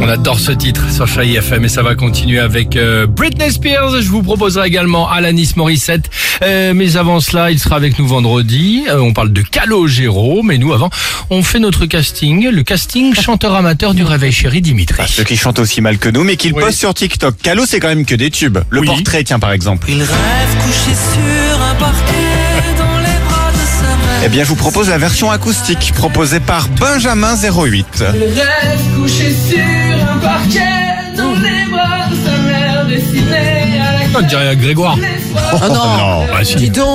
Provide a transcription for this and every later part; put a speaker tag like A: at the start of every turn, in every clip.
A: On adore ce titre sur Chai FM et ça va continuer avec euh, Britney Spears. Je vous proposerai également Alanis Morissette. Euh, mais avant cela, il sera avec nous vendredi. Euh, on parle de Calogero, mais nous avant, on fait notre casting, le casting chanteur amateur du Réveil Chéri Dimitri.
B: Ceux qui chantent aussi mal que nous, mais qu'ils
A: Oui.
B: postent sur TikTok. Calo, c'est quand même que des tubes. Le
A: Oui.
B: portrait, tiens, par exemple.
C: Il rêve couché sur un parquet dans les bras de sa mère.
B: Eh bien, je vous propose la version acoustique proposée par Benjamin08.
D: Le rêve couché sur un parquet dans les bras de sa mère dessinée à la
A: On dirait Grégoire.
B: Oh non,
A: bah, si.
E: Dis donc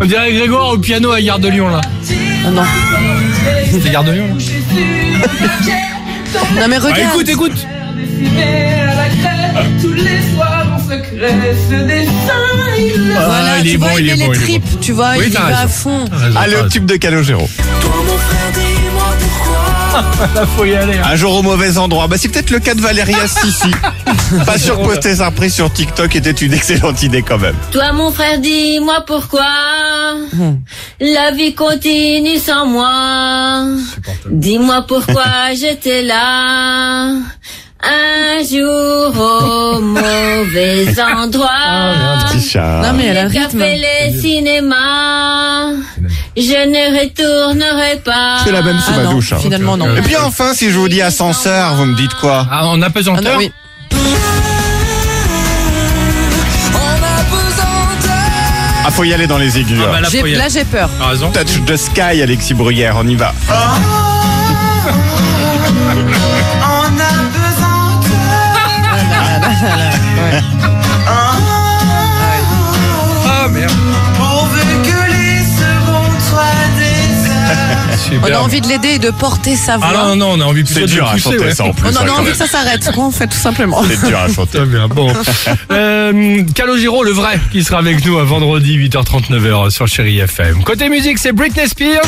A: On dirait Grégoire au piano à Gare de Lyon là.
E: non.
A: C'est Gare de Lyon. là
D: Couché sur un parquet dans les
E: Non mais
A: Ah,
E: regarde
A: écoute, écoute.
D: mères dessinées à la craie. Tous les soirs en secret, ce dessin il le
E: Voilà,
A: Ah, il
E: tu
A: est bon,
E: vois,
A: il
E: il,
A: est
E: met
A: bon, il
E: les
A: est
E: tripes, tu vois,
A: Oui,
E: il y
A: t'as
E: va
A: raison.
E: à fond.
B: Ah, le
A: Allez,
B: tube de Calogero.
C: Toi mon frère dis-moi pourquoi
A: faut y aller.
B: Un jour au mauvais endroit. Bah, c'est peut-être le cas de Valéria Sissi. Pas sûr que poster sa reprise sur TikTok était une excellente idée quand même.
F: Toi mon frère, dis-moi pourquoi
B: Hmm.
F: la vie continue sans moi. Dis-moi pourquoi j'étais là un jour au mauvais endroit.
B: Petit chat.
E: Non mais elle a le
F: Les
E: rythme.
F: cafés, les cinémas, je ne retournerai pas.
B: C'est la même sous
E: Ah
B: ma
E: non,
B: douche. hein.
E: finalement non.
B: Et puis enfin, si je vous dis ascenseur, vous me dites quoi
A: Ah, en
E: Ah non,
A: apesanteur.
E: oui.
C: On a besoin de
B: Ah, faut y aller dans les aigus.
A: Ah, bah,
B: hein.
A: là, faut
E: J'ai-
A: y
E: Là
A: aller.
E: j'ai peur.
A: T'as raison.
B: Touch the sky, Alexis Bruyère, on y va.
C: On a besoin de Ah,
A: Ah merde.
C: Pourvu que les secondes soient des heures
E: On a
A: Super.
E: envie de l'aider et de porter sa voix.
A: Ah non, non, on a envie plutôt
B: C'est
A: de
B: dur
A: le
B: à
A: pousser,
B: chanter
A: ouais.
B: ça en plus.
E: Oh, On en
B: hein,
E: a
B: quand
E: envie
B: même.
E: que ça s'arrête. Quoi on fait tout simplement
B: C'est dur à chanter.
A: Très bien, bon. Euh, Calogero, le vrai, qui sera avec nous à vendredi 8h39 sur Chéri FM. Côté musique, c'est Britney Spears.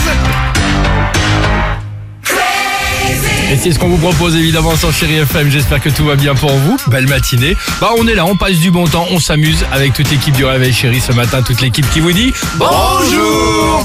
A: Et c'est ce qu'on vous propose évidemment sur Chéri FM. J'espère que tout va bien pour vous. Belle matinée. Bah, on est là, on passe du bon temps, on s'amuse avec toute l'équipe du Réveil Chéri ce matin, toute l'équipe qui vous dit bonjour.